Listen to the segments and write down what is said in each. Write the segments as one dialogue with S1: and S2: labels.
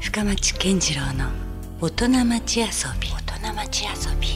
S1: 深町健次郎の大人町遊び大人町遊び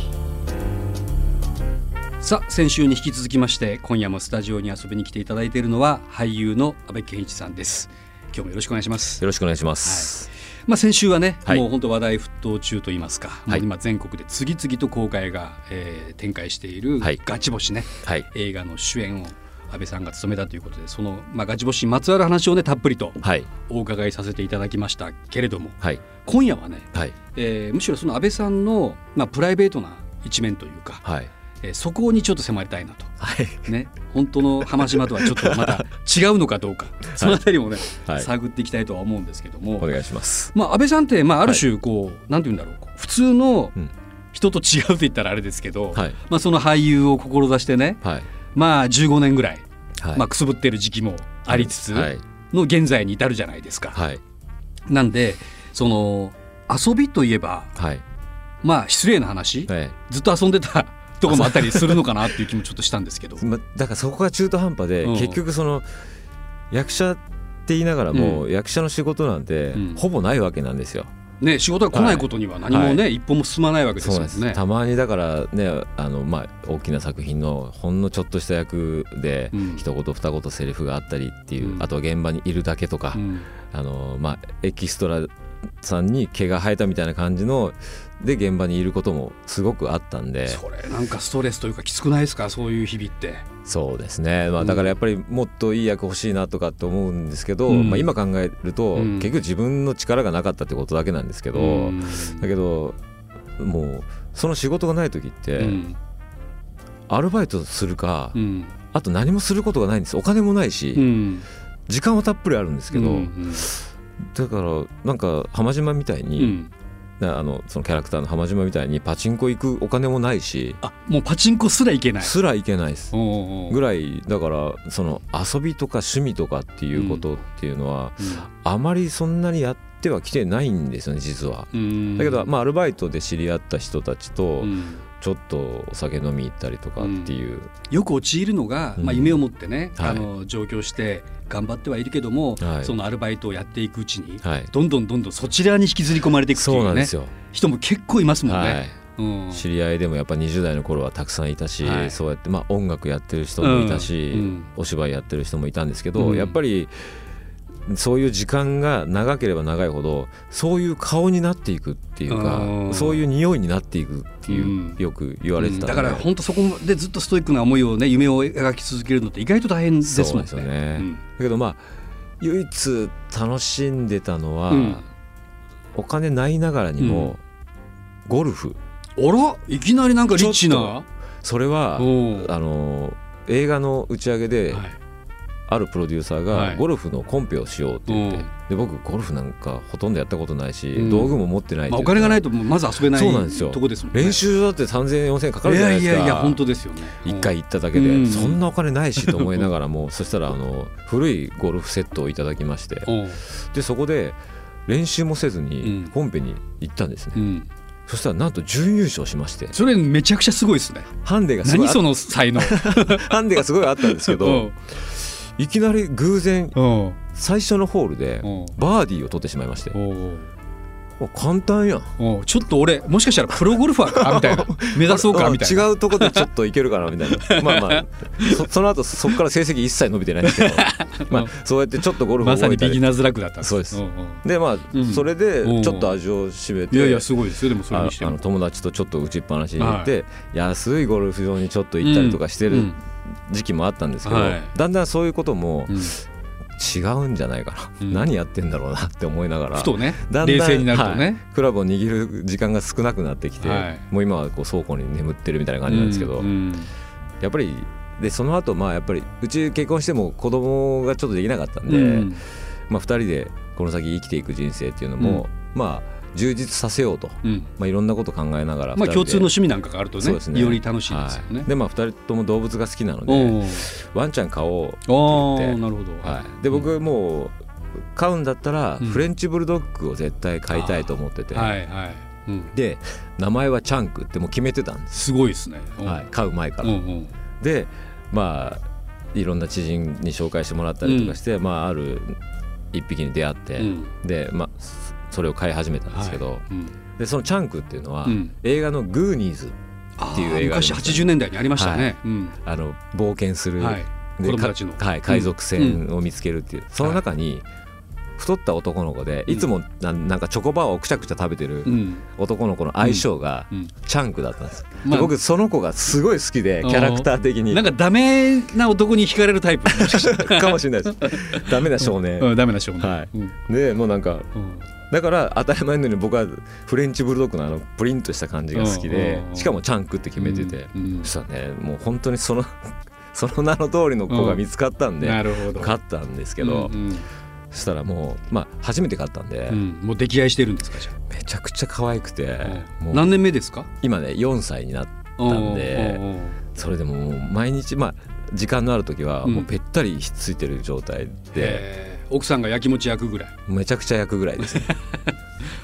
S2: さあ先週に引き続きまして今夜もスタジオに遊びに来ていただいているのは俳優の安倍健一さんです今日もよろしくお願いします
S3: よろしくお願いします。
S2: まあ先週はね、
S3: はい
S2: もう本当話題沸騰中と言いますか、
S3: はい
S2: もう今全国で次々と公開が、えー展開している
S3: はい
S2: ガチ星ね、
S3: はい。
S2: 映画の主演を安倍さんが務めたということでその、まあ、ガチ星にまつわる話をねたっぷりと
S3: はい。
S2: お伺いさせていただきましたけれども
S3: はい。
S2: 今夜はね、
S3: はい。
S2: えーむしろその安倍さんの、まあ、プライベートな一面というか、
S3: はい。
S2: えーそこにちょっと迫りたいなと。
S3: はい。
S2: ね、本当の浜島とはちょっとまた違うのかどうか、そのあたりもね、
S3: はい
S2: 探っていきたいとは思うんですけども、
S3: お願いします。
S2: まあ、安倍さんって、まあ、ある種こう、なんて言うんだろうこう普通の
S3: うん
S2: 人と違うと言ったらあれですけど、
S3: はい。
S2: まあ、その俳優を志してね、
S3: はい。
S2: まあ、15年ぐらい、
S3: はい。
S2: まあ、くすぶってる時期もありつつ
S3: はい。
S2: の現在に至るじゃないですか。
S3: はい。
S2: なんでその遊びといえば、
S3: はい。
S2: まあ、失礼な話、
S3: はい。
S2: ずっと遊んでたとこもあったりするのかなっていう気もちょっとしたんですけど。
S3: まだからそこが中途半端で、
S2: うん
S3: 結局その役者って言いながらも、
S2: う
S3: 役者の仕事なんて、
S2: うん
S3: ほぼないわけなんですよ。
S2: ね、仕事が来ないことには何もね、一歩も進まないわけですもんね。
S3: たまにだからね、あのまあ大きな作品のほんのちょっとした役で。
S2: うん
S3: 一言二言セリフがあったりっていう、
S2: うん
S3: あとは現場にいるだけとか、
S2: うん
S3: あのまあ、エキストラさんに毛が生えたみたいな感じので現場にいることもすごくあったんで
S2: それなんかストレスというかきつくないですかそういう日々って。
S3: そうですね、ま
S2: う
S3: あ、
S2: ん
S3: だからやっぱりもっといい役欲しいなとかって思うんですけど、
S2: うん
S3: まあ、今考えると、
S2: うん
S3: 結局自分の力がなかったってことだけなんですけど、
S2: うん
S3: だけどもうその仕事がない時って、
S2: うん
S3: アルバイトするか、
S2: うん
S3: あと何もすることがないんですお金もないし、
S2: うん
S3: 時間はたっぷりあるんですけど、
S2: うん
S3: だからなんか浜島みたいうに、
S2: ん
S3: なあのそのキャラクターの浜島みたいにパチンコ行くお金もないし
S2: あもうパチンコすらいけない。
S3: すら行けないです
S2: おうおう
S3: ぐらいだからその遊びとか趣味とかっていうことっていうのはあまりそんなにやってはきてないんですよね実は。
S2: うん
S3: だけど、まあ、アルバイトで知り合った人たちと
S2: うん
S3: ちょっとお酒飲み行ったりとかっていう、
S2: よく陥るのが、
S3: うん
S2: まあ、夢を持ってね、
S3: はい
S2: あの上京して頑張ってはいるけども、
S3: はい
S2: そのアルバイトをやっていくうちに、
S3: はい、
S2: どんどんどんどんそちらに引きずり込まれていくってい
S3: そうな
S2: うんね
S3: ですよ、
S2: 人も結構いますもんね。
S3: はい、
S2: うん
S3: 知り合いでもやっぱ20代の頃はたくさんいたし、
S2: はい
S3: そうやって、まあ、音楽やってる人もいたし、
S2: うんうん
S3: お芝居やってる人もいたんですけど、
S2: うん
S3: やっぱりそういう時間が長ければ長いほどそういう顔になっていくっていう
S2: う
S3: か
S2: ん
S3: そういう匂いになっていくっていう、
S2: うん
S3: よく言われてたんで
S2: だから本当そこでずっとストイックな思いをね夢を描き続けるのって意外と大変ですもんね。
S3: そうですよね
S2: うん
S3: だけどまあ唯一楽しんでたのは、
S2: うん
S3: お金ないながらにも、ゴルフ
S2: あらいきなりなんかリッチ
S3: ち
S2: な
S3: ょ。それは
S2: おう
S3: あの映画の打ち上げで、
S2: はい
S3: あるプロデューサー
S2: は
S3: が
S2: い
S3: ゴルフのコンペをしようって言って、
S2: うん
S3: で僕ゴルフなんかほとんどやったことないし、
S2: うん
S3: 道具も持ってないって
S2: まあ、お
S3: 言って
S2: 金がないとまず遊べない
S3: そうなんですよ
S2: とこですもんね。
S3: 練習だって30004000かかるじゃないですか
S2: いやいやいや本当ですよね。
S3: 1回行っただけで、
S2: うん
S3: そんなお金ないしと思いながら もそしたらあの古いゴルフセットをいただきまして
S2: おう。
S3: でそこで練習もせず
S2: うん
S3: にコンペに行ったんですね、
S2: うん。
S3: そしたらなんと準優勝しまして
S2: それめちゃくちゃすごいですね。
S3: ハンデがすご
S2: 何
S3: いあ
S2: その才能。
S3: ハンデがすごいあったんですけどいきなり偶然
S2: おお
S3: 最初のホールで
S2: おう
S3: バーディーを取ってしまいまして
S2: おう
S3: お簡単やん
S2: おうちょっと俺もしかしたらプロゴルファーかみ たいな目指そうかみたいな。
S3: 違うとこでちょっといけるかなみたい なまあまあそその後そこから成績一切伸びてない んですけどまあそうやってちょっとゴルフを
S2: まさ
S3: 覚
S2: に
S3: えた
S2: ビギ
S3: り、
S2: ナーズラックだったんです。
S3: そうです
S2: おお
S3: でまあ、
S2: うん
S3: それでちょっと味を占めて
S2: いやいやすごいですよでもそれ
S3: あ
S2: にして
S3: あ
S2: も
S3: の。友達とちょっと打ちっぱなしに行って、安いゴルフ場にちょっと行ったりとかして
S2: う
S3: る
S2: ん
S3: 時期もあったんですけど、
S2: はい
S3: だんだんそういうことも
S2: うん
S3: 違うんじゃないかな、
S2: うん
S3: 何やってんだろうなって思いながら
S2: ふとね
S3: だんだん
S2: 冷静になるとね、
S3: クラブを握る時間が少なくなってきて、
S2: はい
S3: もう今はこう倉庫に眠ってるみたいな感じなんですけど、
S2: うん
S3: やっぱりでその後まあやっぱりうち結婚しても子供がちょっとできなかったんで、
S2: うん
S3: まあ、2人でこの先生きていく人生っていうのも、まあ充実させようと、
S2: うん
S3: まあ、いろんなこと考えながら
S2: まあ共通の趣
S3: 人
S2: 味なんかがあるとねより楽しいですよね。
S3: でまあ2人とも動物が好きなので
S2: おう
S3: ワンちゃん買おう、
S2: お
S3: って言
S2: ー
S3: って
S2: なるほど。
S3: はい、で僕もう飼うんだったら
S2: うん
S3: フレンチブルドッグを絶対飼いたいと思ってて、
S2: はいはい。うん
S3: で名前はチャンクってもう決めてたんです、
S2: すごいですね。うん
S3: はい、飼う前から
S2: う。ん
S3: でまあいろんな知人に紹介してもらったりとかして、まあ、ある1匹に出会って、
S2: うん
S3: で、まあ、そそれを飼い始めたんですけど、
S2: うん
S3: でそのチャンクっていうのは、
S2: うん
S3: 映画の「グーニーズ
S2: あー
S3: っていう映画ありまし
S2: 昔
S3: たね
S2: 80年代にありましたね。うん」
S3: あの冒険する、
S2: はい
S3: で
S2: 子供たちの
S3: かはい、海賊船を見つけるっていう、その中に太った男の子で、
S2: うん
S3: いつもななんかチョコバーをくちゃくちゃ食べてる
S2: うん
S3: 男の子の相性が、
S2: うん
S3: チャンクだったんです、で
S2: まあ
S3: 僕その子がすごい好きで
S2: うん
S3: キャラクター的に
S2: なんかダメな男に惹かれるタイプ。
S3: かもしれないです ダメな少年、
S2: うん、ダメな少年。
S3: はい
S2: うん
S3: でもうなんか
S2: うん
S3: だから当たり前のように僕はフレンチブルドッグのあのプリンとした感じが好き
S2: う
S3: で
S2: んうんうん
S3: しかもチャンクって決めてて、
S2: うんうん
S3: そしたらねもう本当にその その名の通りの子が見つかったんで、
S2: なるほど。
S3: 買ったんですけど、
S2: うんうん
S3: そしたらもうまあ初めて買ったんで、
S2: うんもう出来合いしてるんですかじゃ
S3: めちゃくちゃ可愛くて、
S2: あ。
S3: もう
S2: 何年目ですか？
S3: 今ね4歳になってなんで
S2: おうおうおう
S3: それでももう毎日まあ時間のある時は
S2: うん
S3: もうぺったりひっついてる状態で、
S2: へー奥さんがやきもち焼くぐらい。
S3: めちゃくちゃ焼くぐら いですね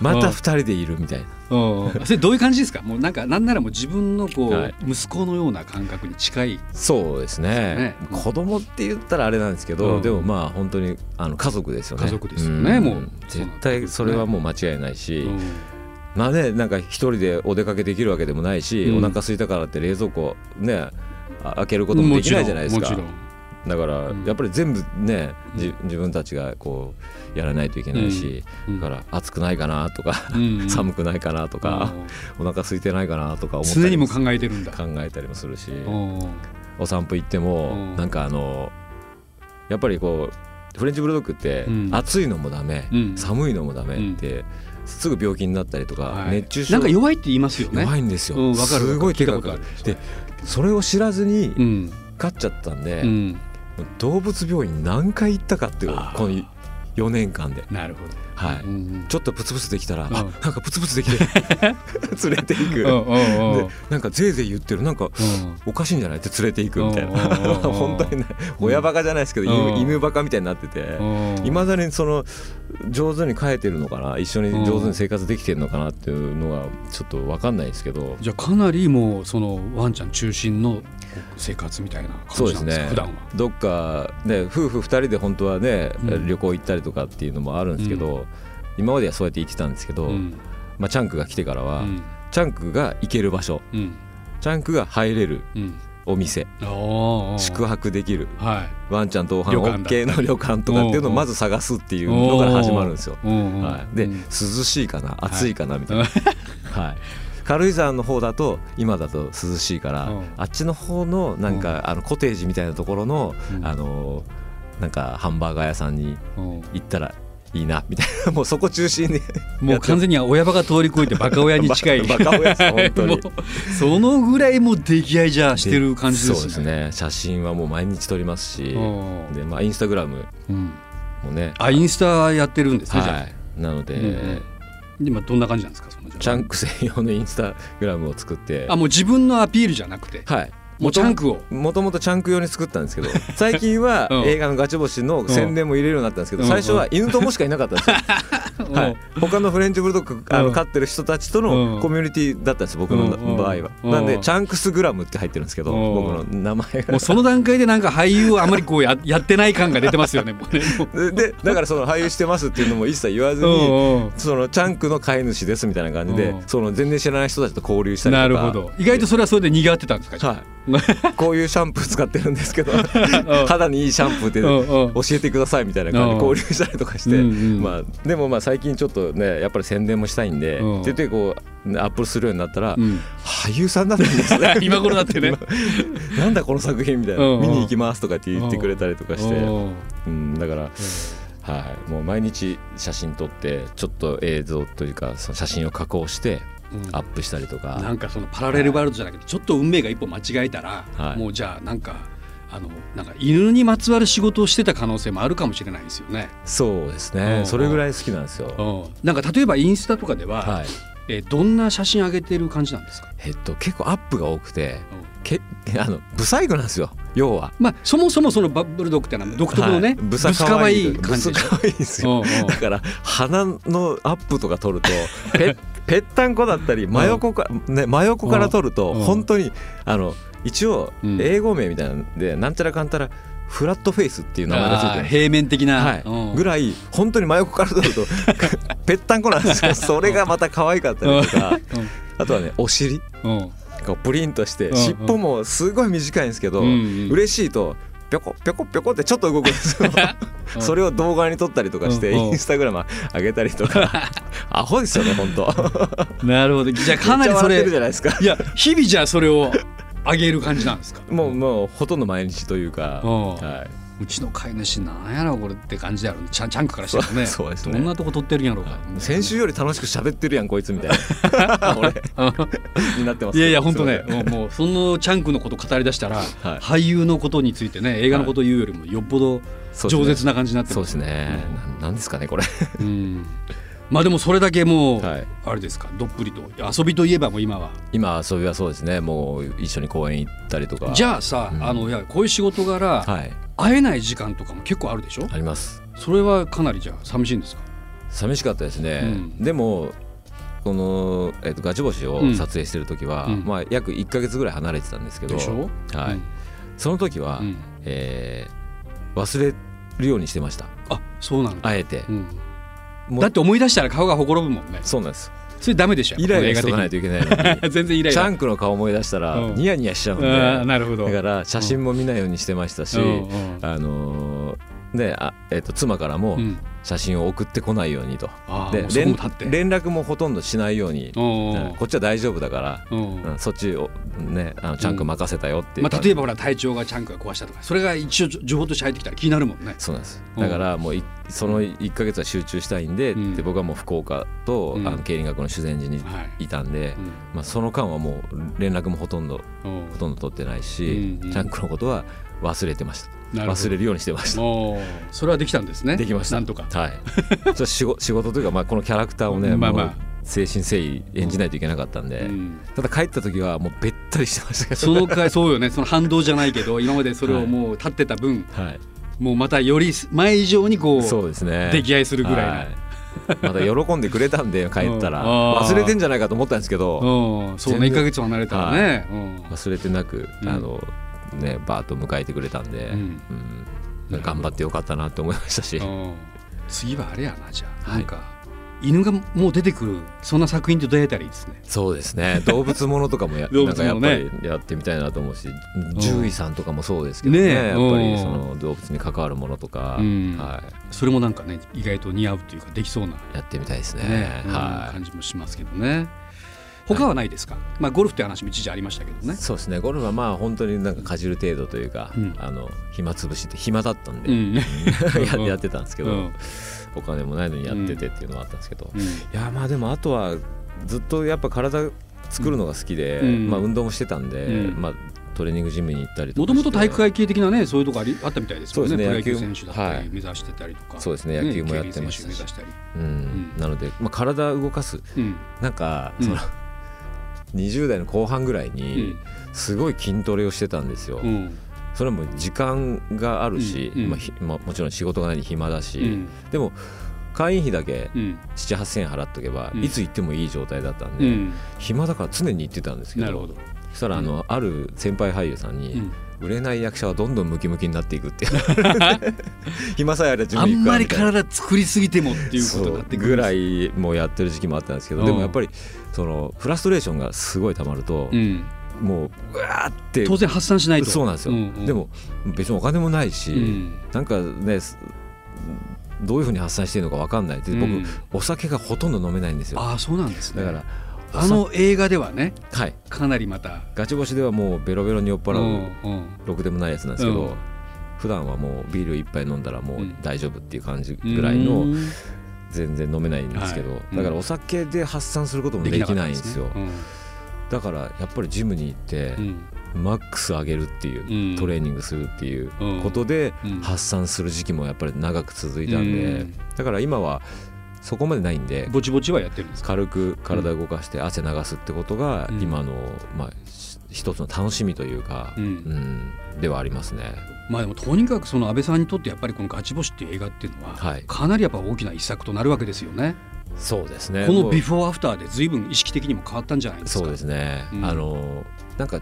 S3: また2人でいるみたいな
S2: おうおうそれどういう感じですか？もうなんかなんならもう自分のこう、
S3: はい
S2: 息子のような感覚に近い。
S3: そうですね
S2: そうですねうん
S3: 子供って言ったらあれなんですけど、
S2: うん
S3: でもまあ本当にあの家族ですよね
S2: 家族ですよね
S3: ん
S2: もう
S3: 絶対それはもう間違いないし、
S2: うん
S3: まあねなんか一人でお出かけできるわけでもないし、
S2: うん
S3: お腹空いたからって冷蔵庫ねあ開けることもできないじゃないです
S2: もち
S3: か
S2: ろんも
S3: だから
S2: うん
S3: やっぱり全部ねじ
S2: う
S3: 自分たちがこうやらないといけないし、
S2: ちろん。
S3: だ
S2: ら
S3: から暑くないかなとか、寒くないかなとか、お腹空いてないかなとか思ったり
S2: 常にも考えてるんだ。
S3: 考えたりもするし、
S2: おう
S3: お散歩行っても、
S2: うん
S3: なんかあのやっぱりこうフレンチブルドッグって、
S2: うん
S3: 暑いのもダメ、
S2: うん
S3: 寒いのもダメって、すぐ病気になったりとか、
S2: はい
S3: 熱中症
S2: なんか弱いって言いますよね。
S3: 弱いんですよ、
S2: うんわかる
S3: すごい手が
S2: 聞いたこと
S3: か
S2: あ
S3: か
S2: る
S3: るでそれを知らずに
S2: うん。
S3: 飼っちゃったんで、
S2: うん。
S3: 動物病院何回行ったかっていう
S2: あー
S3: この4年間で、
S2: なるほど。
S3: はい
S2: うん
S3: ちょっとプツプツできたら、
S2: うん
S3: あなんかプツプツできて 連れていく、
S2: うんうんうん
S3: でなんかぜいぜい言ってるなんかおかしいんじゃないって連れていくみたいな
S2: おうおうおうおう
S3: 本当にね親バカじゃないですけど
S2: うん
S3: 犬犬バカみたいになってて
S2: うん
S3: いまだにその上手に飼えてるのかな一緒に上手に生活できてるのかなっていうのはちょっと分かんないですけど
S2: じゃあかなりもうそのワンちゃん中心の生活みたいな
S3: そ
S2: 感
S3: う
S2: じ
S3: で
S2: な
S3: す
S2: んですか
S3: ね
S2: 普段は。
S3: どっかね夫婦2人で本当はね
S2: うん
S3: 旅行行ったりとかっていうのもあるんですけど今まではそうやって行ってたんですけど
S2: うん
S3: まあチャンクが来てから
S2: う
S3: は
S2: ん
S3: チャンクが行ける場所
S2: うん
S3: チャンクが入れる
S2: うん。
S3: お店
S2: あー
S3: 宿泊できる
S2: は
S3: ワンちゃんとお
S2: 旅
S3: 花
S2: 館だったり
S3: OK の旅館とかっていうのをまず探すっていうのから始まるんですよ。
S2: い。うんうん
S3: はい、で
S2: う
S3: 涼
S2: ん
S3: しいかな暑いかなみたい
S2: うん
S3: な、はい、軽井沢の方だと今だと涼しいから
S2: うん
S3: あっちの方のなんかあのコテージみたいなところの
S2: うん
S3: あのなんかハンバーガー屋さんに
S2: うん
S3: 行ったらいいなみたいな もうそこ中心に
S2: もう完全に親バカ通り越えてバカ親に近い。
S3: バカ親です本当
S2: も
S3: に
S2: うそのぐらいもう出来合いじゃしてる感じですね。
S3: そうですね写真はもう毎日撮りますし
S2: うん
S3: でまあインスタグラム
S2: うん
S3: もね
S2: あインスタやってるんですね。じゃあ
S3: はいなので、
S2: うんうん今どんな感じなんですかその
S3: チャンク専用のインスタグラムを作って
S2: あもう自分のアピールじゃなくて
S3: はい
S2: もうチャンクを
S3: もともとチャンク用に作ったんですけど最近は
S2: うん
S3: 映画のガチ星の宣伝も入れるようになったんですけど
S2: うん
S3: 最初は犬友しかいなかったんですよ、は
S2: うん
S3: い、他のフレンチブルドッグあ
S2: う
S3: の
S2: ん
S3: 飼ってる人たちと
S2: うん
S3: のコミュニティだったんです僕の
S2: うん
S3: 場合は
S2: うん
S3: なんでチャンクスグラムって入ってるんですけど
S2: うん
S3: 僕の名前
S2: も
S3: が
S2: うその段階でなんか俳優をあまりこうや やってない感が出てます よね。もうねもう
S3: ででだからその俳優してますっていうのも一切言わずに
S2: うんうん
S3: そのチャンクの飼い主ですみたいな感じで
S2: うん
S3: その全然知らない人たちと交流したりと
S2: な
S3: か
S2: るほど。意外とそれはそれで賑わってたんですか。
S3: はい、こういうシャンプー使ってるんですけど肌にいいシャンプーって
S2: うんうん
S3: 教えてくださいみたいな感じで
S2: うん
S3: 交流したりとかして、
S2: うんうん
S3: まあ、でもまあ最近ちょっとねやっぱり宣伝もしたいんで、
S2: うん
S3: って言ってこうねアップするようになったら、
S2: うん
S3: 俳優さんだったんですね
S2: 今頃だってね
S3: 今 なんだこの作品みたいな、
S2: うんうん
S3: 見に行きますとかって言ってくれたりとかして、うん
S2: うん
S3: だから、はい、もう毎日写真撮ってちょっと映像というかその写真を加工して
S2: うん
S3: アップしたりとか、
S2: なんかそのパラレルワールドじゃなくてちょっと運命が一歩間違えたら、
S3: はい
S2: もうじゃあなんかあのなんか犬にまつわる仕事をしてた可能性もあるかもしれないですよね。
S3: そうです
S2: うん
S3: ね、
S2: うん
S3: それぐらい好きなんですよ。
S2: うんなんか例えばインスタとかでは、
S3: はい
S2: えーどんな写真上げてる感じなんですか。
S3: えっと、結構アップが多くて
S2: うん
S3: け あの不細工なんですよ要は。
S2: まあそもそもそのバブルドッグってのは独特のね、
S3: はい
S2: ぶ
S3: ぶ
S2: さ
S3: さ
S2: か
S3: か
S2: わ
S3: わ
S2: い
S3: い
S2: い
S3: い
S2: 感じ
S3: ぶ
S2: でし
S3: さかわいいんですよ
S2: ょ。 うんうん
S3: だから鼻のアップとか撮 るとぺぺったんこだったり真横か、ね、真横から撮ると
S2: うん
S3: 本当にあの一応
S2: うん
S3: 英語名みたいなんでなんちゃらかんたらフラットフェイスっていう名前がつい
S2: あ
S3: て
S2: ー
S3: る
S2: 平面的な、
S3: はい
S2: うん
S3: ぐらい本当に真横から撮 るとぺったんこなんですよそれがまた可愛かったりとかあとはねお尻
S2: うんうん
S3: がプリンとして
S2: うん
S3: 尻尾もすごい短いんですけど、
S2: うんうん
S3: 嬉しいとぴょこぴょこぴょこってちょっと動くんですよ
S2: うん
S3: それを動画に撮ったりとかして
S2: うんうん
S3: インスタグラム上げたりとかアホですよね本当
S2: なるほどじゃあ かなりそ
S3: めっちゃ笑って
S2: れ
S3: るじゃないですか
S2: いや日々じゃあそれをあげる感じなんですか
S3: もうもうほとんど毎日というか、
S2: うん
S3: は
S2: うちの飼い主なんやろこれって感じやろねちゃんちゃんかからしてもね
S3: そうそうですね
S2: どんなとこ撮ってるんやろうか、
S3: い、先週より楽しく喋ってるやんこいつみたい な俺になってます
S2: いやいや本当ね
S3: すい
S2: も
S3: ま
S2: うもうそのチャンクのこと語り出したら、
S3: い
S2: 俳優のことについてね映画のことを言うよりもよっぽど
S3: せん
S2: 饒舌な感じになって
S3: そう
S2: ま
S3: ですすねななんですかねこれ
S2: うんまあでもそれだけもう、
S3: はい
S2: あれですかどっぷりと遊びといえばもう今は
S3: 今遊びはそうですねもう一緒に公園行ったりとか
S2: じゃあさ、
S3: うん
S2: あのいやこういう仕事柄、
S3: はい
S2: 会えない時間とかも結構あるでしょ
S3: あります
S2: それはかなりじゃあ寂しいんですか
S3: 寂しかったですね、
S2: うん
S3: でもこの、えっとガチ星を
S2: うん
S3: 撮影してる時は、
S2: うん
S3: まあ、約1か月ぐらい離れてたんですけど
S2: でしょ
S3: はい
S2: うん
S3: その時は、
S2: うん
S3: えー忘れるようにしてました
S2: あそうなんだ、
S3: あえて
S2: う、ん
S3: もう
S2: だって思い出したら顔がほころぶもんね
S3: そうなんです
S2: それダメでしょ
S3: イライラし
S2: ことの
S3: かな
S2: 映
S3: いといけな いのに
S2: 画的に全然イライ
S3: チ
S2: ラ
S3: ャンクの顔思い出したら
S2: うん
S3: ニヤニヤしちゃう
S2: あ
S3: ん
S2: ー
S3: で
S2: なるほど
S3: だから写真も見ないようにしてましたし、
S2: うんうん
S3: あのーねあえっと妻からも
S2: うん
S3: 写真を送ってこないようにと、
S2: ああ
S3: で
S2: もうそこも
S3: 連
S2: 立って
S3: 連絡もほとんどしないように、
S2: うん
S3: うんこっちは大丈夫だから、
S2: うん
S3: うんそっちをねあのチャンク任せたよっていう
S2: まあ、
S3: 感じ、
S2: 例えばほら体調がチャンクが壊したとかそれが一応情報として入ってきたら気になるもんね
S3: そうなんです
S2: うん
S3: だからもういその1か月は集中したいんで,、
S2: うん
S3: で僕はもう福岡と、
S2: うん
S3: あの経理学の修善寺に
S2: はい
S3: いたんで、まあ、その間はもう連絡もほとんど
S2: うんうん
S3: ほとんど取ってないし、
S2: うんうん
S3: チャンクのことは忘れてました
S2: なるほど
S3: 忘れるようにしてました
S2: おーそれはできたんですね
S3: できました
S2: なんとか
S3: はい ちょっと仕事仕事というか、まあ、このキャラクターをね、
S2: まあまあ
S3: もう精神誠意演じないといけなかったんで、
S2: うん
S3: ただ帰った時はもうべったりしてましたけど
S2: その回そうよねその反動じゃないけど今までそれをもう立ってた分、
S3: はい、
S2: もうまたより前以上にこう
S3: そうですね
S2: 出来合いするぐらいな
S3: はいまだ喜んでくれた んで帰ったら
S2: うんあー
S3: 忘れてんじゃないかと思ったんですけど、
S2: うん、そうね
S3: 全然
S2: 1か月離れたらね、
S3: 忘れてなく、
S2: うん
S3: あのねバーッと迎えてくれたんで、
S2: う
S3: うんん頑張ってよかったなって思いましたし、
S2: うんうん次はあれやなじゃあ、
S3: はい
S2: なんか犬がもう出てくるそんな作品と出会えたらいいですね
S3: そうですね動物ものとか もや
S2: 動
S3: なん
S2: 物
S3: か
S2: も
S3: や
S2: の
S3: っ
S2: ね
S3: ぱりやってみたいなと思うし獣医さんとかもそうですけどね
S2: ねえ
S3: やっぱ
S2: うん
S3: りその動物に関わるものとか、
S2: うん
S3: は、
S2: それもなんかね意外と似合うというかできそうない
S3: やってみたいですね。
S2: ね、
S3: は
S2: 感じもしますけどね。他はないですか。まあゴルフという話も一時ありましたけどね
S3: い、。そうですねゴルフはまあ本当になんかかじる程度というか、
S2: うん
S3: あの暇つぶしって暇だったんで、
S2: うん、
S3: や やってたんですけど、
S2: うん
S3: お金もないのにやっててっていうのはあったんですけど、
S2: う
S3: い
S2: ん
S3: やまあでもあとはずっとやっぱ体作るのが好きで、
S2: うん
S3: まあ、運動もしてたんで、
S2: うん
S3: まあ、トレーニングジムに行ったりと
S2: も
S3: か
S2: ともと体育
S3: 会
S2: 会系的なね、そういうとこあり、あったみたいですもんね。
S3: そうですね
S2: プロ野球
S3: 野球
S2: 選
S3: も
S2: 手だった
S3: はい
S2: り、目指してたりとか。
S3: そうですね野球もやってましたし
S2: ね競輪選手目指し
S3: うん、
S2: うん
S3: なので、まあ、体動かす
S2: たり。うん
S3: なんか、
S2: うん
S3: その20代の後半ぐらいにすごい筋トレをしてたんですよ、
S2: うん。うん。
S3: それも時間があるし、
S2: うんうん
S3: まあひまあ、もちろん仕事がないに暇だし、
S2: うん。
S3: でも会員費だけ
S2: うん。
S3: 7,8,000円払っとけば、
S2: うん
S3: いつ行ってもいい状態だったん
S2: う
S3: で、
S2: ん。
S3: 暇だから常に行ってたんですけど
S2: なるほど。
S3: そしたらあの、ある先輩俳優さんに、
S2: うん
S3: 売れない役者はどんどんムキムキになっていくって 暇さえあれば自
S2: あ
S3: 分
S2: ん
S3: 行く
S2: ま
S3: わ
S2: り
S3: みたいな
S2: 体作りすぎてもっていうことになってく
S3: そうぐ
S2: るん
S3: ら
S2: です。
S3: いもうやってる時期もあったんですけど、
S2: うん
S3: でもやっぱりそのフラストレーションがすごいたまると、
S2: うん。
S3: もううわーって
S2: 当然発散しないと。
S3: そうなんですよ、
S2: ん
S3: で。も別にお金もないし、
S2: うん
S3: なんかねすどういうふうに発散していいのか分かんないで僕、
S2: うん
S3: お酒がほとんど飲めないんですよ
S2: ああ、そうなんですね。
S3: だから
S2: あの映画ではね、
S3: お酒はい
S2: かなりまた。
S3: ガチ星ではもうベロベロに酔っ払う、
S2: うんうん
S3: ろくでもないやつなんですけど、
S2: うん
S3: 普段はもうビール一杯飲んだらもううん大丈夫っていう感じぐらいの全然飲めないんですけど、
S2: はいうん
S3: だからお酒で発散することもできないんですよ
S2: できなかったね
S3: だからやっぱりジムに行って
S2: うん
S3: マックス上げるっていう、
S2: うん
S3: トレーニングするっていう
S2: うん
S3: ことで
S2: うん
S3: 発散する時期もやっぱり長く続いたんで、
S2: うん
S3: だから今はそこまでないんで
S2: ぼちぼちはやってるんですか。
S3: 軽く体を動かして汗流すってことが
S2: うん
S3: 今の、まあ、し一つの楽しみというか、
S2: うん
S3: うんではありますね。
S2: まあでもとにかくその安倍さんにとってやっぱりこのガチ星っていう映画っていうのは、
S3: はい
S2: かなりやっぱ大きな一作となるわけですよね。
S3: そうですね
S2: こ
S3: も
S2: の
S3: う
S2: ビフォーアフターで随分意識的にも変わったんじゃないですか。
S3: そうですね、
S2: うん
S3: あのなんか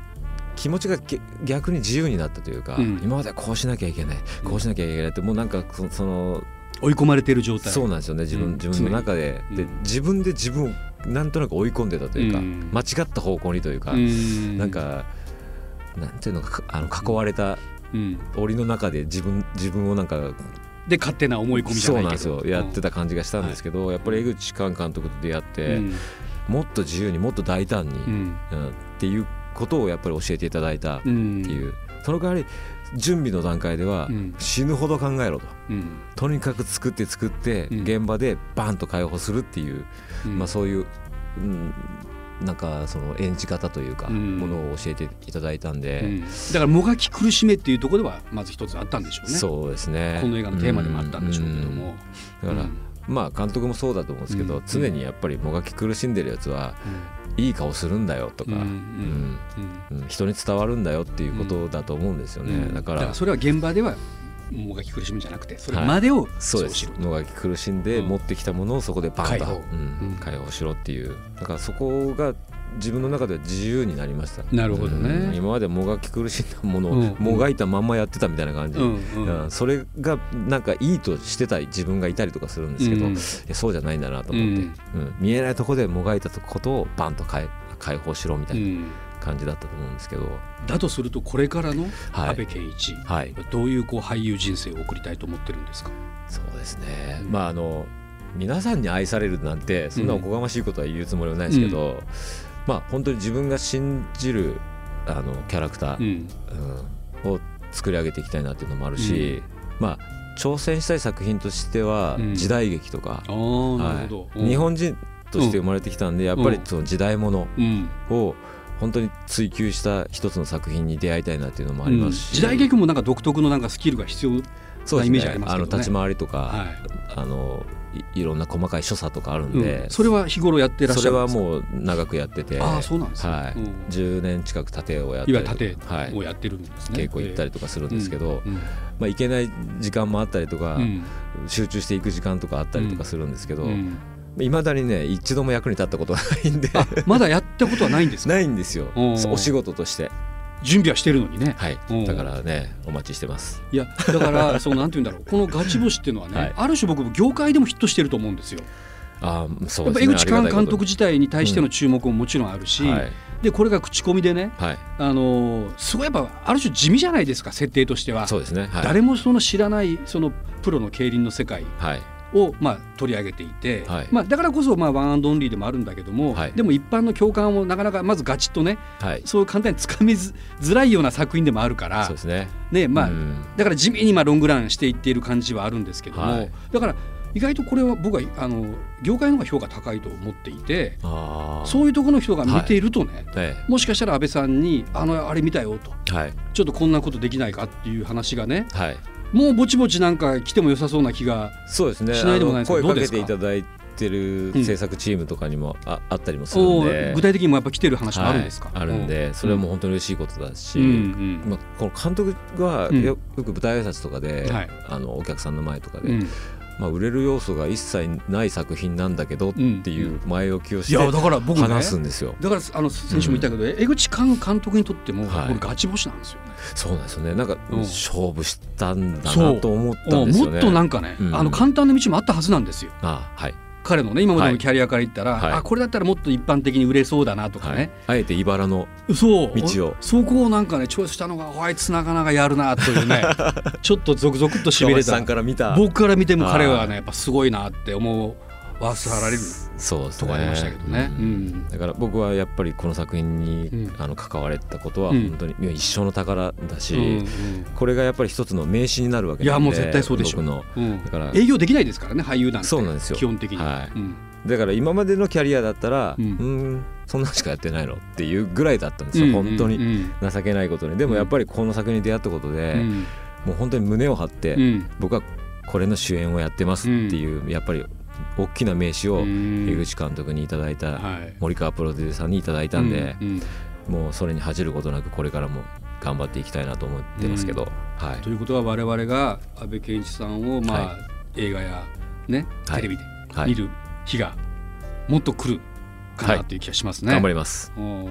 S3: 気持ちがげ逆に自由になったというか、
S2: うん
S3: 今まではこうしなきゃいけないこうしなきゃいけないってもうなんかそその
S2: 追い込まれてる状態
S3: そうなんですよね自分,、
S2: うん
S3: 自分の中で,、
S2: 常に
S3: で
S2: うん
S3: 自分で自分をなんとなく追い込んでたというか、
S2: うん
S3: 間違った方向にというか、
S2: うん
S3: なん、かなんていうのかあの囲われた
S2: うん、
S3: 檻の中で自分自分をなんか
S2: で勝手な思い込みじゃ
S3: そ
S2: な
S3: う
S2: い
S3: なん
S2: け
S3: で
S2: ど
S3: すよやってた感じがしたんですけど、やっぱり江口寛監督と出会って、
S2: うん
S3: もっと自由にもっと大胆に、
S2: う
S3: うん
S2: ん
S3: っていうことをやっぱり教えていただいたっ
S2: うん、
S3: ていう、その代わり準備の段階では
S2: うん
S3: 死ぬほど考えろと。
S2: うん、
S3: とにかく作って作って
S2: うん
S3: 現場でバンと解放するっていう、
S2: うん
S3: まあ、そういう、うん、なんかその演じ方というか
S2: うん
S3: ものを教えていただいたんで、
S2: うんだからもがき苦しめっていうところではまず一つあったんでしょうね
S3: そうですね
S2: この映画のテーマでもあったんでしょうけども、
S3: うんだか
S2: う
S3: ら、
S2: ん
S3: まあ監督もそうだと思うんですけ
S2: う
S3: ど、
S2: ん
S3: 常にやっぱりもがき苦しんでるやつは
S2: う
S3: いい顔するんだよとか、
S2: んうんうん
S3: うんうん人に伝わるんだよっていうことだと思うんですよね、
S2: うん
S3: だから
S2: それは現場ではもがき苦しむんじゃなくてそれ
S3: はい
S2: までを
S3: そうで
S2: し
S3: す
S2: ろ
S3: もがき苦しんで
S2: うん
S3: 持ってきたものをそこでバン
S2: 解
S3: と、
S2: 放
S3: うん
S2: うん
S3: 解放しろっていうだからそこが自分の中では自由になりました
S2: なるほどね
S3: うん今までもがき苦しんだものを、
S2: うん
S3: もがいたまんまやってたみたいな感じ、
S2: うん
S3: うんそれがなんかいいとしてた自分がいたりとかするんですけど、
S2: うん
S3: いやそうじゃないんだなと思って、うん見えないとこでもがいたことをバンと解解放しろみた
S2: う
S3: いなん感じだったと思うんですけど、
S2: だとするとこれからの
S3: はい
S2: 安倍健一、
S3: はい
S2: どういうこう俳優人生を送りたいと思ってるんですか、
S3: そうですね、
S2: うん
S3: まああの皆さんに愛されるなんてそんなおこがましいことは言うつもりはないですけど、まあ本当に自分が信じるあのキャラクタ
S2: う
S3: ー、
S2: ん
S3: うんを作り上げていきたいなっていうのもあるし、まあ挑戦したい作品としては
S2: うん
S3: 時代劇とか、
S2: あー
S3: はい
S2: なるほど、
S3: 日本人として生まれてきたんでやっぱりその時代もの
S2: うん
S3: を本当に追求した一つの作品に出会いたいなっていうのもありますし、
S2: うん時代劇もなんか独特のなんかスキルが必要、
S3: そうで
S2: イ
S3: す
S2: メージ
S3: ね
S2: あります
S3: あ
S2: けど
S3: の
S2: ね
S3: 立ち回りとか、
S2: はい
S3: あのいいろんな細かい所作とかあるん
S2: うん
S3: で、
S2: それは日頃やってらっし
S3: そ
S2: ゃ
S3: れ
S2: るん
S3: は
S2: ですか
S3: もう長くやってて、
S2: あ
S3: は
S2: あ
S3: い、
S2: そうなんですね、うん
S3: 10年近く盾をや
S2: いわ
S3: った
S2: ゆ
S3: り
S2: る
S3: と
S2: 盾
S3: か、はい
S2: を、やってるんですね
S3: 稽古行ったりとかするんですけど、
S2: うん
S3: まあ、行けない時間もあったりとか、
S2: うん
S3: 集中していく時間とかあったりとかするんですけど
S2: う
S3: い
S2: ん
S3: ま、未だにね一度も役に立ったことがないんで
S2: あまだやったことはないんですか
S3: ないんですよ
S2: おー
S3: そうお仕事として、
S2: 準備はしてるのにね
S3: はい
S2: おー、
S3: だからねお待ちしてます
S2: いやだ からそのなんて言うんだろうこのガチ星っていうのはね、
S3: はい
S2: ある種僕も業界でもヒットしてると思うんですよ
S3: あーそ
S2: や
S3: う
S2: っ
S3: で
S2: ぱ江口
S3: すね
S2: 寛監督
S3: あ
S2: 自体に対しての注目ももちろんあるし、
S3: りがたいことに
S2: でこれが口コミでね
S3: はい、は、
S2: あのーすごいやっぱある種地味じゃないですか設定としてはい
S3: そうですねはい
S2: 誰もその知らないそのプロの競輪の世界
S3: はい
S2: をまあ取り上げていて、
S3: はい
S2: まあ、だからこそまあワンアンドオンリーでもあるんだけども、
S3: はい
S2: でも一般の共感をなかなかまずガチッとね
S3: はい
S2: そう簡単につかみづづらいような作品でもあるか
S3: そ
S2: ら
S3: うですね
S2: ねまあ
S3: うん
S2: だから地味にまあロングランしていっている感じはあるんですけども、
S3: はい
S2: だから意外とこれは僕はあの業界の方が評価高いと思っていて
S3: ああ
S2: そういうところの人が見ているとね、
S3: え
S2: もしかしたら安倍さんにあのあれ見たよと
S3: えはい
S2: ちょっとこんなことできないかっていう話がね
S3: はい
S2: もうぼちぼちなんか来ても良さそうな気が
S3: そうですね
S2: しないでもないで
S3: あの
S2: すけど
S3: 声
S2: どう
S3: か
S2: で
S3: け
S2: すか
S3: ていただいてる制作チームとかにもああったりもする
S2: お
S3: ん
S2: ー
S3: で
S2: 具体的にもやっぱ来てる話もあるんですか、
S3: はいあるんでそれはもう本当に嬉しいことだし
S2: うんうん
S3: まあこの監督は
S2: うん
S3: よよく舞台挨拶とかで
S2: はい
S3: あのお客さんの前とか
S2: うん
S3: でまあ売れる要素が一切ない作品なんだけどっていう前置きを
S2: い
S3: し
S2: や
S3: て
S2: だから僕ね
S3: 話すんですよ
S2: だからあの先週も言ったけど、江口寛監督にとっても、
S3: はい
S2: これガチ星なんですよね
S3: そうなんですよねなんか
S2: うん
S3: 勝負したんだ
S2: そ
S3: な
S2: う
S3: と思ったんですよね
S2: もっとなんかね、
S3: うん
S2: あの簡単な道もあったはずなんですよ
S3: あはい
S2: 彼のね今までのキャリアから言ったら、
S3: はい
S2: あこれだったらもっと一般的に売れそうだなとか
S3: は
S2: ね
S3: い、あえて茨の
S2: そう
S3: 道を
S2: そこをなんかねチョイスしたのがおあいつなかなかやるなという ねちょっとゾクゾクっとしびれ
S3: さ
S2: た
S3: んから見た
S2: 僕から見ても彼は
S3: は
S2: ねやっぱすごいなって思わせられる
S3: そうです
S2: と
S3: ね
S2: こありましたけどね
S3: うん
S2: うん
S3: だから僕はやっぱりこの作品に、
S2: うん
S3: あの関われたことは
S2: うん
S3: 本当に、いや一生の宝だし、
S2: うん
S3: これがやっぱり一つの名刺になるわけ
S2: いや
S3: なんで
S2: もう絶対そうでしょ
S3: 僕の
S2: うんうん
S3: だから
S2: 営業できないですからね俳優なんて
S3: そうなんですよ
S2: 基本的に、
S3: は
S2: う
S3: い
S2: ん
S3: だから今までのキャリアだったら
S2: う
S3: うんんそんなんしかやってないのっていうぐらいだったんですよ、本当
S2: う
S3: に
S2: ん
S3: 情けないことにでもやっぱりこの作品に出会ったことで、
S2: うん
S3: もう本当に胸を張って、
S2: うん
S3: 僕はこれの主演をやってますっていう、やっぱり大きな名刺
S2: う
S3: を
S2: ん
S3: 江口監督にいただいた、
S2: はい
S3: 森川プロデューサーにいただいたんで、
S2: ううん
S3: もうそれに恥じることなくこれからも頑張っていきたいなと思ってますけど、はい
S2: ということは我々が安倍健一さんをまあ、
S3: は
S2: 映画やね
S3: はい
S2: テレビで
S3: はい
S2: 見る日がもっと来るかなという気がしますね。
S3: 頑張ります
S2: おーま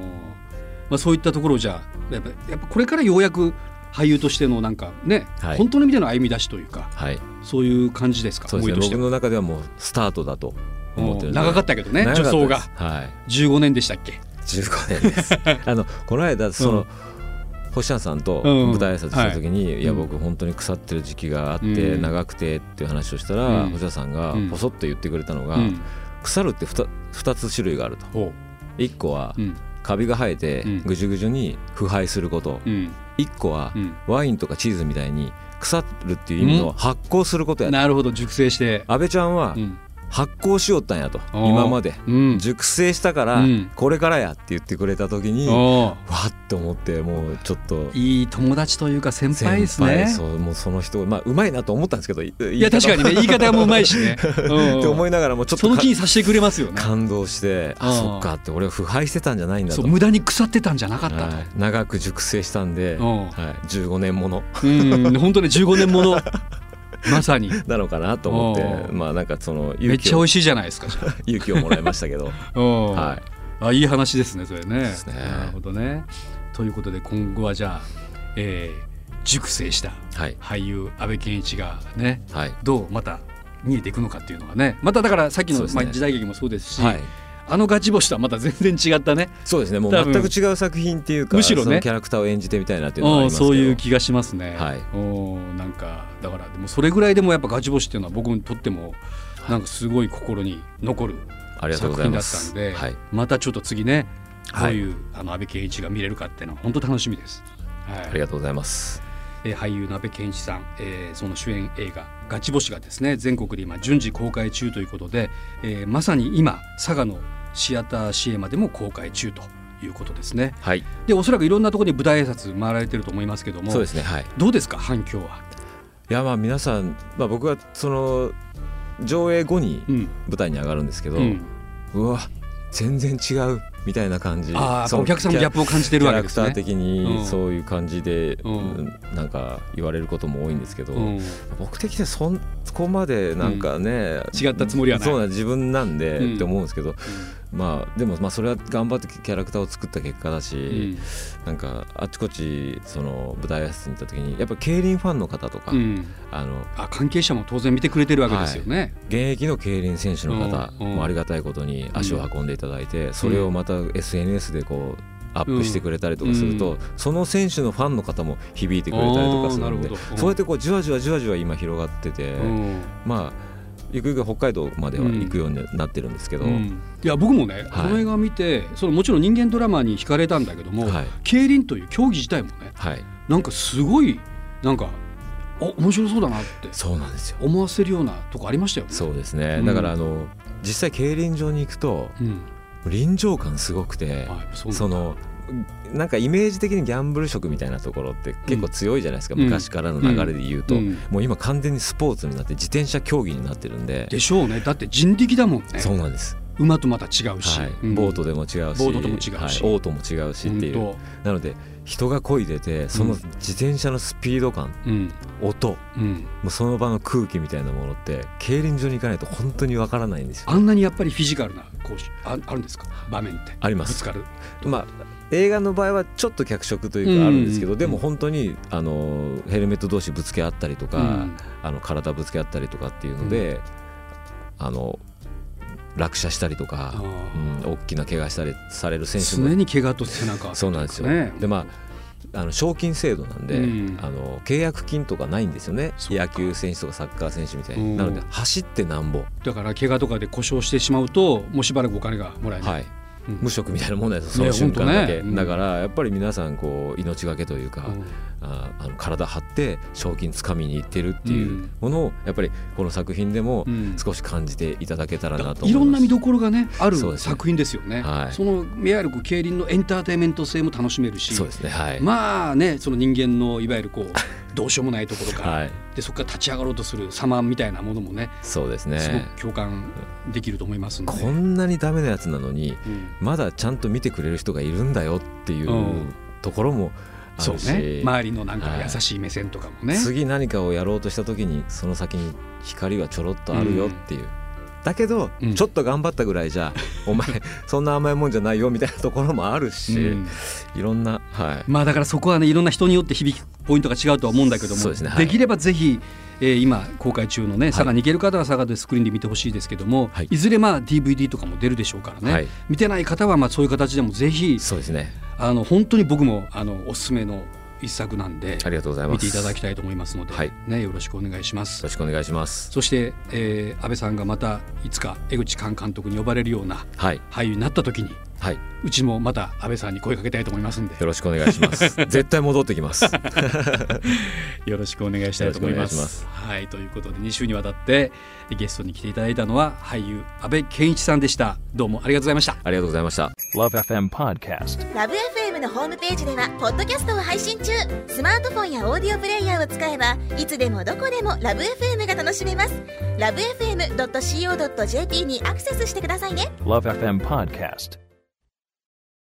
S2: あ、そういったところをじゃあやっぱやっぱこれからようやく俳優としてのなんかね、
S3: はい
S2: 本当の意味での歩み出しというか
S3: はい、
S2: そういう感じですか
S3: そうです
S2: 思い
S3: ね
S2: として
S3: 僕
S2: は
S3: の中ではもうスタートだと思って
S2: う
S3: る
S2: ん長かったけどね
S3: 長か
S2: 助
S3: ったです
S2: 走が
S3: はい
S2: 15年でしたっけ
S3: 15年です あのこの間その、星野さんと
S2: うん
S3: 舞台挨拶した時に、い、や
S2: うん
S3: 僕本当に腐ってる時期があって、
S2: うん
S3: 長くてっていう話をしたら、
S2: うん
S3: 星野さんが
S2: うん
S3: ポソッと言ってくれたのが、
S2: うん
S3: 腐るって 2, つ種類があると
S2: ほ
S3: 1個は
S2: ううん
S3: カビが生えて
S2: うん
S3: ぐじゅぐじゅに腐敗すること、
S2: うん
S3: 1個は
S2: うん
S3: ワインとかチーズみたいに腐るっていう意味の発酵することやと、
S2: なるほど熟成して、
S3: 安倍ちゃんは
S2: うん
S3: 発酵しよったんやと、
S2: おー
S3: 今まで
S2: うん
S3: 熟成したから
S2: うん
S3: これからやって言ってくれた時に、
S2: おー
S3: わっと思ってもうちょっと
S2: いい友達というか先
S3: 先輩
S2: 輩ですね
S3: そうもうその人まあうまいなと思ったんですけどい
S2: いや確かにね言い方もうまいし ね、うん
S3: って思いながらもちょっ
S2: そ
S3: と
S2: の
S3: か
S2: 気にさせてくれますよね
S3: 感動し
S2: う
S3: てあ
S2: ん
S3: そっかって俺は腐敗してたんじゃないんだ
S2: そ
S3: と
S2: う無駄に腐ってたんじゃなかったと、
S3: はい長く熟成したんで、
S2: うん
S3: はい、15年もの
S2: うん本当ね15年ものまさに
S3: なのかなと思って
S2: うん
S3: まあなんかその
S2: めっ
S3: 勇
S2: ち
S3: 気
S2: ゃ美
S3: を
S2: 味しいじゃないですかじ ゃ
S3: 勇気をもらいました けど、
S2: あうん
S3: はい、
S2: あいい話ですねそれね
S3: ですね
S2: なるほどねということで今後はじゃあ、えー熟成した
S3: はい
S2: 俳優安倍健一がね
S3: はい
S2: どうまた見えていくのかっていうのがねまただからさっき
S3: そ
S2: の、
S3: うです
S2: ま
S3: ね
S2: あ、時代劇もそうですし、
S3: はい
S2: あのガチ星とはまた全然違ったね
S3: そうですねもう
S2: 多分
S3: 全く違う作品っていうか
S2: むしろね
S3: そのキャラクターを演じてみたいなっていうのはあり
S2: うん
S3: ますけど
S2: そういう気がしますね、
S3: はい
S2: うんなんかだからでもそれぐらいでもやっぱガチ星っていうのは僕にとってもなんかすごい心に残る
S3: ありがとうご
S2: 作品だ
S3: ざいま
S2: った
S3: す
S2: んで、
S3: はい、
S2: またちょっと次ねど
S3: は
S2: う
S3: い
S2: いう、あの安倍健一が見れるかっていうのは本当楽しみです。はい
S3: ありがとうございます
S2: えー俳優の安倍健一さん、えーその主演映画「ガチ星」がですね全国で今順次公開中ということで、えーまさに今佐賀のシアターシエマでも公開中ということですね
S3: はい
S2: でおそらくいろんなところに舞台挨拶回られてると思いますけども
S3: そうですねはい
S2: どうですか反響は、
S3: いやまあ皆さん、まあ、僕はその上映後に
S2: うん
S3: 舞台に上がるんですけど、う
S2: うん
S3: わ全然違うみたいな感じ
S2: あ
S3: そ
S2: あ
S3: の
S2: お客さんのギャップを感じて
S3: キ
S2: るわ
S3: ャ
S2: け
S3: ラ
S2: で
S3: ク
S2: す
S3: ター
S2: ね。
S3: 的
S2: うん
S3: にそういう感じで、
S2: うん
S3: なんか言われることも多いんですけど、
S2: うん
S3: 僕的にはそんそこまでなんかね、
S2: うん違ったつもりはない
S3: そうなん自分なんで、
S2: うん
S3: って思うんですけどまあでもまあそれは頑張ってキャラクターを作った結果だし、
S2: うん
S3: なんかあっちこっちその舞台挨拶に行った時にやっぱ競輪ファンの方とか、
S2: うん
S3: あの
S2: あ関係者も当然見てくれてるわけですよね。
S3: 現役の競輪選手の方
S2: うんうん
S3: もありがたいことに足を運んでいただいて、それをまた SNS でこうアップしてくれたりとかすると、
S2: う
S3: その選手のファンの方も響いてくれたりとかする
S2: あー
S3: ん
S2: な
S3: で
S2: るほどうん
S3: そうやってこうじわじわじわじわ今広がってて、
S2: うん
S3: まあゆくゆく北海道までは行くようになってるんですけど、
S2: うんいや僕もね、
S3: はい
S2: この映画を見てそのもちろん人間ドラマに惹かれたんだけども、
S3: はい
S2: 競輪という競技自体もね
S3: はい
S2: なんかすごいなんかお面白そうだなって
S3: そうなんですよ
S2: 思わせるようなとこありましたよね。
S3: そうですね、
S2: うん
S3: だからあの実際競輪場に行くと
S2: うん
S3: 臨場感すごくて、
S2: はいそう
S3: そのなんかイメージ的にギャンブル色みたいなところって結構強いじゃないですか、
S2: うん
S3: 昔からの流れで言うと、
S2: うん
S3: もう今完全にスポーツになって自転車競技になってるんで
S2: でしょうねだって人力だもんね
S3: そうなんです、
S2: 馬とまた違うし、
S3: はい
S2: うん
S3: ボートでも違うし
S2: ボートとも違うし
S3: はいオートも違うしっていう
S2: 本
S3: なので人が漕いでてその自転車のスピード感、
S2: 当うん
S3: 音も
S2: うん、
S3: うその場の空気みたいなものって競輪場に行かないと本当にわからないんですよ。
S2: あんなにやっぱりフィジカルなこうああるんですか場面って
S3: ありま
S2: ぶ
S3: す
S2: つかる
S3: まあ映画の場合はちょっと脚色というかあるんですけど、
S2: うん
S3: でも本当にあのヘルメット同士ぶつけ合ったりとか、
S2: うん
S3: あの体ぶつけ合ったりとかっていうので、あの落車したりとか
S2: あ、
S3: うん大きな怪我したりされる選手
S2: 常
S3: も
S2: に怪我と背中
S3: そうなんですよ。
S2: ね
S3: でまああの賞金制度なんで、
S2: うん
S3: あの契約金とかないんですよね
S2: そうか
S3: 野球選手とかサッカー選手みたいに、
S2: うん
S3: なので走ってなんぼ、
S2: だから怪我とかで故障してしまうともうしばらくお金がもらえない、
S3: はい、
S2: うん
S3: 無職みたいなもんなんです
S2: ね
S3: よその瞬間だ
S2: 本
S3: け、
S2: 当ねうん
S3: だからやっぱり皆さんこう命がけというか、
S2: うん
S3: ああの体張って賞金つかみに行ってるっていうんうものをやっぱりこの作品でも
S2: うん
S3: 少し感じていただけたらなと思います、
S2: いろんな見どころがねある
S3: そうですね
S2: 作品ですよね。
S3: はい
S2: そのいわゆるこう競輪のエンターテインメント性も楽しめるし、
S3: そうですねはい、
S2: まあねその人間のいわゆるこうどうしようもないところから、
S3: はい、
S2: でそこから立ち上がろうとする様みたいなものもね
S3: そうです
S2: すご
S3: ね
S2: く共感できると思いますので。
S3: こんなにダメなやつなのに
S2: うん
S3: まだちゃんと見てくれる人がいるんだよっていう
S2: うん
S3: ところもあ
S2: そう
S3: るし、
S2: ね、周りのなんか
S3: はい
S2: 優しい目線とかもね、
S3: 次何かをやろうとした時にその先に光はちょろっとあるよっていう、だけど、
S2: うん
S3: ちょっと頑張ったぐら いじゃお前そんな甘いもんじゃないよみたいなところもあるし、
S2: うん
S3: いろんな、はい、
S2: まあだからそこはねいろんな人によって響くポイントが違うとは思うんだけども
S3: そうですねはい
S2: きればぜひ、えー今公開中のね佐賀に行ける方は佐賀でスクリーンで見てほしいですけども、
S3: はい
S2: い、ずれまあ DVD とかも出るでしょうからね、
S3: はい
S2: 見てない方はまあそういう形でもぜひ
S3: そうですね
S2: あの本当に僕もあのおすすめの一作なんで
S3: ありがとうございます
S2: 見ていただきたいと思いますので、
S3: はい
S2: ね、よろしくお願いしま
S3: よ
S2: す。
S3: ろしくお願いします
S2: そして、えー安倍さんがまたいつか江口寛監督に呼ばれるような
S3: はい
S2: 俳優になった時に
S3: はいう
S2: ちもまた安倍さんに声かけたいと思いますんで
S3: よろしくお願いします 絶対戻ってきます
S2: よろしくお願いしたいと思います。
S3: よろし
S2: はいということで2週にわたってゲストに来ていただいたのは俳優安倍健一さんでしたどうもありがとうございました。
S3: ありがとうございました
S4: Love FM Podcast.
S5: ラブ f m のホームページではポッドキャストを配信中スマートフォンやオーディオプレイヤーを使えばいつでもどこでもラブ f m が楽しめますラブ FM.co.jp にアクセスしてくださいね
S4: Love FM Podcast.